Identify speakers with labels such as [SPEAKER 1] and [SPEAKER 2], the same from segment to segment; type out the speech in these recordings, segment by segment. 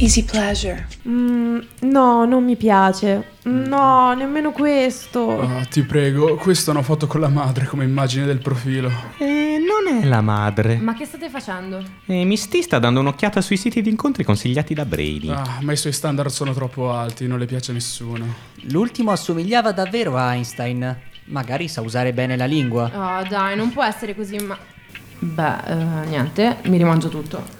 [SPEAKER 1] Easy pleasure.
[SPEAKER 2] Mm, no, non mi piace. Mm, No, nemmeno questo.
[SPEAKER 3] Oh, ti prego, questa è una foto con la madre come immagine del profilo.
[SPEAKER 4] Eh, non è la madre.
[SPEAKER 5] Ma che state facendo?
[SPEAKER 4] Eh, mi sti sta dando un'occhiata sui siti di incontri consigliati da Brady.
[SPEAKER 3] Ah, ma i suoi standard sono troppo alti, non le piace a nessuno.
[SPEAKER 6] L'ultimo assomigliava davvero a Einstein. Magari sa usare bene la lingua.
[SPEAKER 5] Oh, dai, non può essere così, ma. Beh, eh, niente, mi rimangio tutto.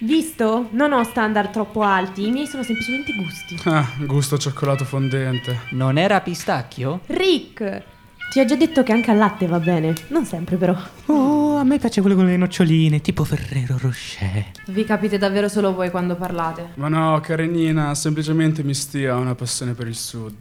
[SPEAKER 2] Visto? Non ho standard troppo alti, i miei sono semplicemente gusti.
[SPEAKER 3] Ah, gusto cioccolato fondente.
[SPEAKER 6] Non era pistacchio?
[SPEAKER 2] Rick, ti ho già detto che anche al latte va bene. Non sempre, però.
[SPEAKER 4] Oh, a me piace quello con le noccioline, tipo Ferrero Rocher.
[SPEAKER 5] Vi capite davvero solo voi quando parlate.
[SPEAKER 3] Ma no, carinina, semplicemente mi stia una passione per il sud.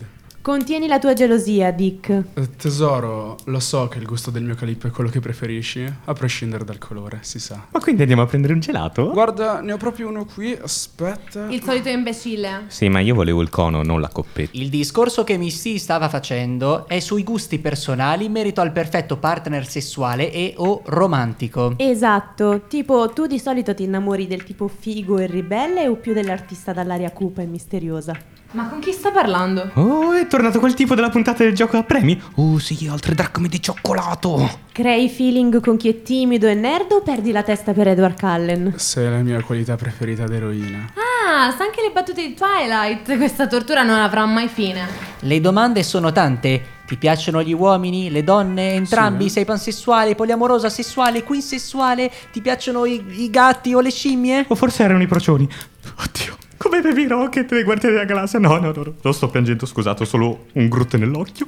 [SPEAKER 2] Contieni la tua gelosia, Dick.
[SPEAKER 3] Eh, Tesoro, lo so che il gusto del mio calippo è quello che preferisci, a prescindere dal colore, si sa.
[SPEAKER 4] Ma quindi andiamo a prendere un gelato?
[SPEAKER 3] Guarda, ne ho proprio uno qui, aspetta.
[SPEAKER 5] Il solito imbecille.
[SPEAKER 4] Sì, ma io volevo il cono, non la coppetta.
[SPEAKER 6] Il discorso che Missy stava facendo è sui gusti personali in merito al perfetto partner sessuale e o romantico.
[SPEAKER 2] Esatto, tipo tu di solito ti innamori del tipo figo e ribelle o più dell'artista dall'aria cupa e misteriosa?
[SPEAKER 5] Ma con chi sta parlando?
[SPEAKER 4] Oh, è tornato quel tipo della puntata del gioco a premi? Oh sì, altre dracme di cioccolato!
[SPEAKER 2] Crei feeling con chi è timido e nerd o perdi la testa per Edward Cullen?
[SPEAKER 3] Sei la mia qualità preferita d'eroina.
[SPEAKER 5] Ah, sa anche le battute di Twilight. Questa tortura non avrà mai fine.
[SPEAKER 6] Le domande sono tante. Ti piacciono gli uomini, le donne, entrambi?
[SPEAKER 3] Sì.
[SPEAKER 6] Sei pansessuale, poliamorosa, sessuale, quinsessuale? Ti piacciono i, i gatti o le scimmie?
[SPEAKER 4] O forse erano i procioni. Oddio, come Baby Rocket dei Guardiani della Galassia? No, no, no, no. Lo sto piangendo, scusate, ho solo un grutto nell'occhio.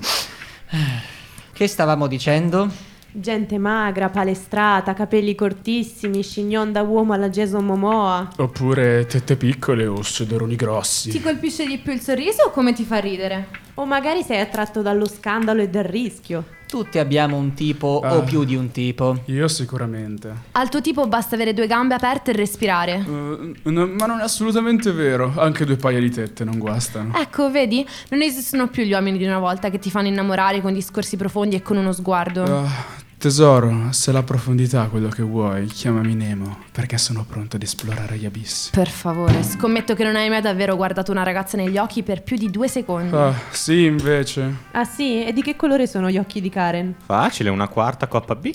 [SPEAKER 6] Che stavamo dicendo?
[SPEAKER 2] Gente magra, palestrata, capelli cortissimi, scignon da uomo alla Jason Momoa.
[SPEAKER 3] Oppure tette piccole o sederoni grossi.
[SPEAKER 5] Ti colpisce di più il sorriso o come ti fa ridere?
[SPEAKER 2] O magari sei attratto dallo scandalo e dal rischio.
[SPEAKER 6] Tutti abbiamo un tipo
[SPEAKER 3] Ah.
[SPEAKER 6] o più di un tipo.
[SPEAKER 3] Io sicuramente.
[SPEAKER 5] Al tuo tipo basta avere due gambe aperte e respirare.
[SPEAKER 3] Eh, no, ma non è assolutamente vero, anche due paia di tette non guastano.
[SPEAKER 5] Ecco, vedi? Non esistono più gli uomini di una volta che ti fanno innamorare con discorsi profondi e con uno sguardo.
[SPEAKER 3] Ah, tesoro, se la profondità è quello che vuoi, chiamami Nemo, perché sono pronto ad esplorare gli abissi.
[SPEAKER 5] Per favore, scommetto che non hai mai davvero guardato una ragazza negli occhi per più di due secondi.
[SPEAKER 3] Ah, sì, invece.
[SPEAKER 2] Ah sì? E di che colore sono gli occhi di Karen?
[SPEAKER 4] Facile, una quarta coppa B.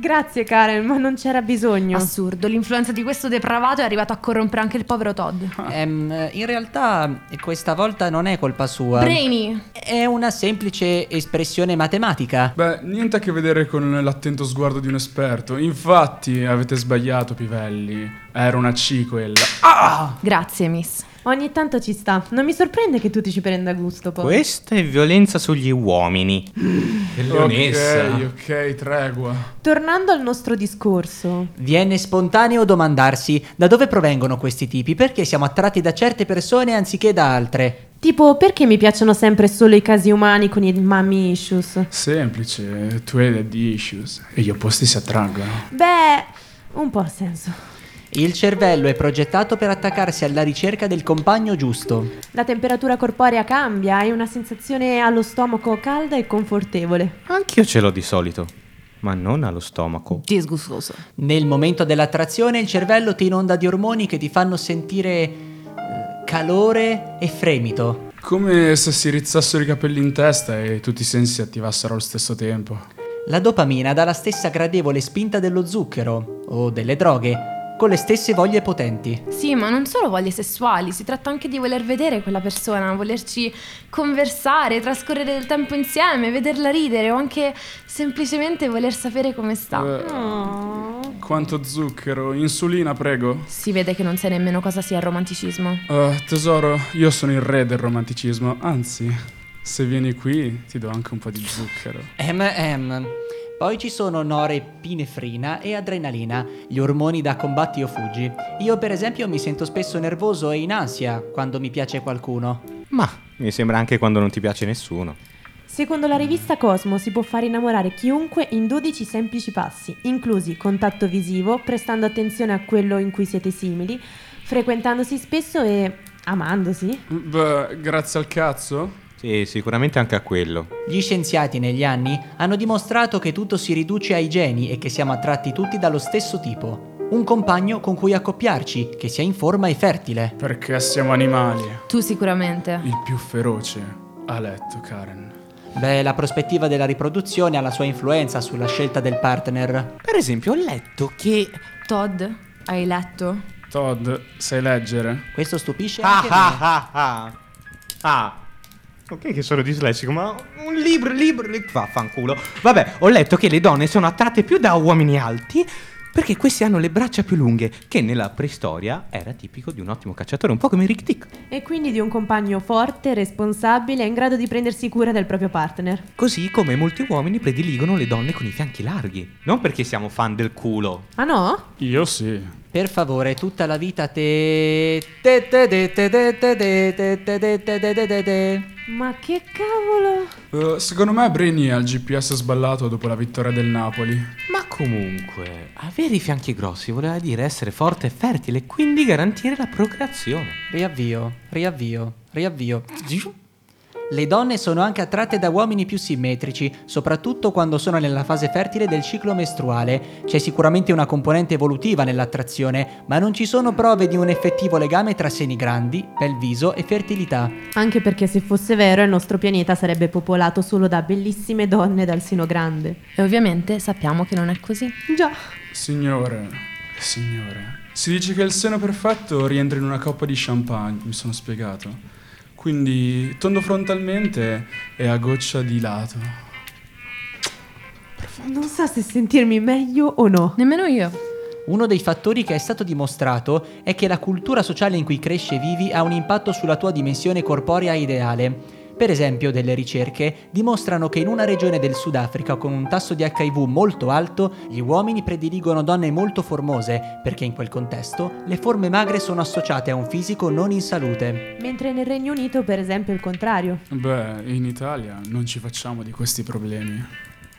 [SPEAKER 2] Grazie Karen, ma non c'era bisogno.
[SPEAKER 5] Assurdo, l'influenza di questo depravato è arrivata a corrompere anche il povero Todd.
[SPEAKER 6] Ehm, in realtà questa volta non è colpa sua.
[SPEAKER 5] Brainy!
[SPEAKER 6] È una semplice espressione matematica.
[SPEAKER 3] Beh, niente a che vedere con l'attento sguardo di un esperto. Infatti, avete sbagliato, pivelli. Era una C quella.
[SPEAKER 5] Grazie, miss.
[SPEAKER 2] Ogni tanto ci sta. Non mi sorprende che tu ti ci prenda gusto poi.
[SPEAKER 4] Questa è violenza sugli uomini. E
[SPEAKER 3] Ok, ok, tregua.
[SPEAKER 2] Tornando al nostro discorso.
[SPEAKER 6] Viene spontaneo domandarsi da dove provengono questi tipi, perché siamo attratti da certe persone anziché da altre.
[SPEAKER 2] Tipo, perché mi piacciono sempre solo i casi umani con i mommy issues?
[SPEAKER 3] Semplice, tu hai the issues e gli opposti si attraggono.
[SPEAKER 2] Beh, un po' ha senso.
[SPEAKER 6] Il cervello è progettato per attaccarsi alla ricerca del compagno giusto.
[SPEAKER 2] La temperatura corporea cambia, hai una sensazione allo stomaco calda e confortevole.
[SPEAKER 4] Anch'io ce l'ho di solito, ma non allo stomaco.
[SPEAKER 5] Disgustoso.
[SPEAKER 6] Nel momento dell'attrazione il cervello ti inonda di ormoni che ti fanno sentire eh, calore e fremito.
[SPEAKER 3] Come se si rizzassero i capelli in testa e tutti i sensi si attivassero allo stesso tempo.
[SPEAKER 6] La dopamina dà la stessa gradevole spinta dello zucchero o delle droghe, con le stesse voglie potenti.
[SPEAKER 5] Sì, ma non solo voglie sessuali, si tratta anche di voler vedere quella persona, volerci conversare, trascorrere del tempo insieme, vederla ridere o anche semplicemente voler sapere come sta. Mm.
[SPEAKER 3] Eh, quanto zucchero, insulina, prego.
[SPEAKER 5] Si vede che non sai nemmeno cosa sia il romanticismo.
[SPEAKER 3] Eh, tesoro, io sono il re del romanticismo, anzi, se vieni qui ti do anche un po' di zucchero.
[SPEAKER 6] Ehm, ehm. Poi ci sono norepinefrina e adrenalina, gli ormoni da combatti o fuggi. Io per esempio mi sento spesso nervoso e in ansia quando mi piace qualcuno.
[SPEAKER 4] Ma mi sembra anche quando non ti piace nessuno.
[SPEAKER 2] Secondo la rivista Cosmo si può far innamorare chiunque in 12 semplici passi, inclusi contatto visivo, prestando attenzione a quello in cui siete simili, frequentandosi spesso e amandosi.
[SPEAKER 3] Beh, grazie al cazzo?
[SPEAKER 4] Sì, sicuramente anche a quello.
[SPEAKER 6] Gli scienziati negli anni hanno dimostrato che tutto si riduce ai geni e che siamo attratti tutti dallo stesso tipo. un compagno con cui accoppiarci, che sia in forma e fertile.
[SPEAKER 3] Perché siamo animali.
[SPEAKER 5] Tu sicuramente.
[SPEAKER 3] Il più feroce ha letto Karen.
[SPEAKER 6] Beh, la prospettiva della riproduzione ha la sua influenza sulla scelta del partner.
[SPEAKER 1] Per esempio, ho letto che.
[SPEAKER 5] Todd, hai letto?
[SPEAKER 3] Todd, sai leggere?
[SPEAKER 6] Questo stupisce
[SPEAKER 1] Ah
[SPEAKER 6] anche
[SPEAKER 1] ah
[SPEAKER 6] me.
[SPEAKER 1] ah ah. Ah.
[SPEAKER 4] Ok, che sono dislessico, ma.
[SPEAKER 1] Un libro, libro, li- vaffanculo. Vabbè, ho letto che le donne sono attratte più da uomini alti perché questi hanno le braccia più lunghe, che nella preistoria era tipico di un ottimo cacciatore, un po' come Rick Tick.
[SPEAKER 2] E quindi di un compagno forte, responsabile e in grado di prendersi cura del proprio partner.
[SPEAKER 1] Così come molti uomini prediligono le donne con i fianchi larghi. Non perché siamo fan del culo.
[SPEAKER 2] Ah no?
[SPEAKER 3] Io sì.
[SPEAKER 6] Per favore, tutta la vita te. te te te te te te te te te te te te te te te.
[SPEAKER 2] Ma che cavolo?
[SPEAKER 3] Eh, secondo me Brini ha il GPS sballato dopo la vittoria del Napoli.
[SPEAKER 1] Ma comunque, avere i fianchi grossi voleva dire essere forte e fertile e quindi garantire la procreazione.
[SPEAKER 6] Riavvio, riavvio, riavvio. Le donne sono anche attratte da uomini più simmetrici, soprattutto quando sono nella fase fertile del ciclo mestruale. C'è sicuramente una componente evolutiva nell'attrazione, ma non ci sono prove di un effettivo legame tra seni grandi, pelviso e fertilità.
[SPEAKER 2] Anche perché se fosse vero il nostro pianeta sarebbe popolato solo da bellissime donne dal seno grande.
[SPEAKER 5] E ovviamente sappiamo che non è così.
[SPEAKER 2] Già.
[SPEAKER 3] Signore, signore. Si dice che il seno perfetto rientra in una coppa di champagne, mi sono spiegato. Quindi tondo frontalmente e a goccia di lato.
[SPEAKER 2] Non so se sentirmi meglio o no.
[SPEAKER 5] Nemmeno io.
[SPEAKER 6] Uno dei fattori che è stato dimostrato è che la cultura sociale in cui cresci e vivi ha un impatto sulla tua dimensione corporea ideale. Per esempio, delle ricerche dimostrano che in una regione del Sudafrica con un tasso di HIV molto alto, gli uomini prediligono donne molto formose, perché in quel contesto le forme magre sono associate a un fisico non in salute.
[SPEAKER 2] Mentre nel Regno Unito, per esempio, è il contrario.
[SPEAKER 3] Beh, in Italia non ci facciamo di questi problemi.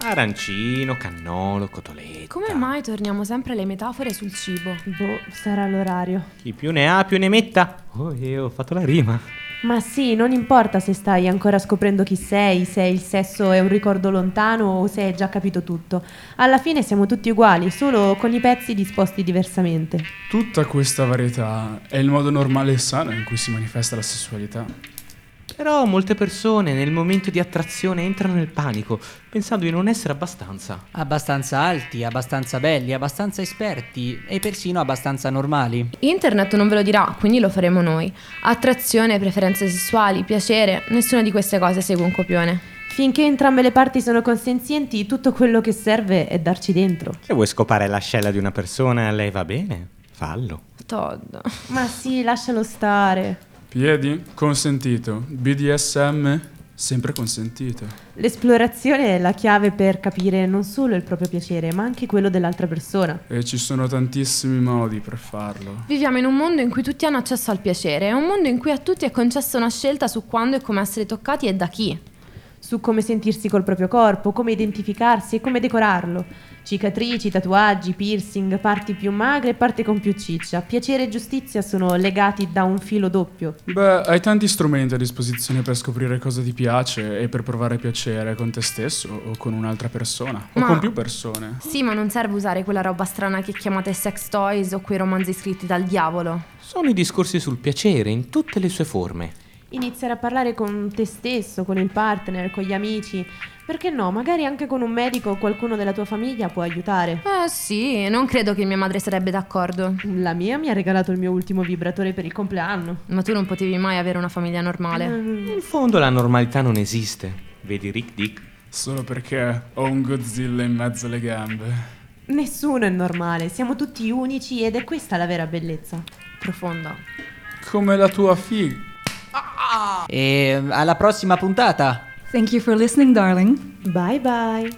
[SPEAKER 1] Arancino, cannolo, cotoletta.
[SPEAKER 5] Come mai torniamo sempre alle metafore sul cibo?
[SPEAKER 2] Boh, sarà l'orario.
[SPEAKER 1] Chi più ne ha più ne metta. Oh, e ho fatto la rima.
[SPEAKER 2] Ma sì, non importa se stai ancora scoprendo chi sei, se il sesso è un ricordo lontano o se hai già capito tutto. Alla fine siamo tutti uguali, solo con i pezzi disposti diversamente.
[SPEAKER 3] Tutta questa varietà è il modo normale e sano in cui si manifesta la sessualità.
[SPEAKER 1] Però molte persone nel momento di attrazione entrano nel panico, pensando di non essere abbastanza.
[SPEAKER 6] Abbastanza alti, abbastanza belli, abbastanza esperti e persino abbastanza normali.
[SPEAKER 5] Internet non ve lo dirà, quindi lo faremo noi. Attrazione, preferenze sessuali, piacere, nessuna di queste cose segue un copione.
[SPEAKER 2] Finché entrambe le parti sono consenzienti, tutto quello che serve è darci dentro.
[SPEAKER 1] Se vuoi scopare l'ascella di una persona e a lei va bene, fallo.
[SPEAKER 5] Todd.
[SPEAKER 2] Ma sì, lascialo stare.
[SPEAKER 3] Piedi? Consentito. BDSM? Sempre consentito.
[SPEAKER 2] L'esplorazione è la chiave per capire non solo il proprio piacere, ma anche quello dell'altra persona.
[SPEAKER 3] E ci sono tantissimi modi per farlo.
[SPEAKER 5] Viviamo in un mondo in cui tutti hanno accesso al piacere, è un mondo in cui a tutti è concessa una scelta su quando e come essere toccati e da chi.
[SPEAKER 2] su come sentirsi col proprio corpo, come identificarsi e come decorarlo. Cicatrici, tatuaggi, piercing, parti più magre e parti con più ciccia. Piacere e giustizia sono legati da un filo doppio.
[SPEAKER 3] Beh, hai tanti strumenti a disposizione per scoprire cosa ti piace e per provare piacere con te stesso o con un'altra persona o
[SPEAKER 5] Ma-
[SPEAKER 3] con più persone.
[SPEAKER 5] Sì, ma non serve usare quella roba strana che chiamate sex toys o quei romanzi scritti dal diavolo.
[SPEAKER 1] Sono i discorsi sul piacere in tutte le sue forme.
[SPEAKER 2] Iniziare a parlare con te stesso, con il partner, con gli amici. Perché no? Magari anche con un medico o qualcuno della tua famiglia può aiutare.
[SPEAKER 5] Eh sì, non credo che mia madre sarebbe d'accordo.
[SPEAKER 2] La mia mi ha regalato il mio ultimo vibratore per il compleanno. Mm,
[SPEAKER 5] Ma tu non potevi mai avere una famiglia
[SPEAKER 2] Eh,
[SPEAKER 5] normale.
[SPEAKER 1] In fondo la normalità non esiste. Vedi Rick Dick?
[SPEAKER 3] Solo perché ho un Godzilla in mezzo alle gambe.
[SPEAKER 2] Nessuno è normale, siamo tutti unici ed è questa la vera bellezza.
[SPEAKER 5] Profonda.
[SPEAKER 3] Come la tua fig...
[SPEAKER 6] E alla prossima puntata!
[SPEAKER 7] Thank you for listening, darling.
[SPEAKER 2] Bye bye.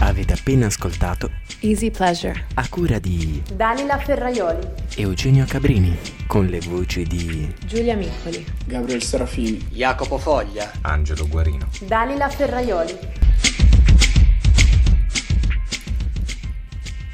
[SPEAKER 8] Avete appena ascoltato
[SPEAKER 9] Easy Pleasure.
[SPEAKER 8] a cura di
[SPEAKER 9] Danila Ferraioli,
[SPEAKER 8] Eugenio Cabrini con le voci di
[SPEAKER 9] Giulia Miccoli,
[SPEAKER 3] Gabriel Serafini.
[SPEAKER 6] Jacopo Foglia.
[SPEAKER 9] Dalila Ferraioli.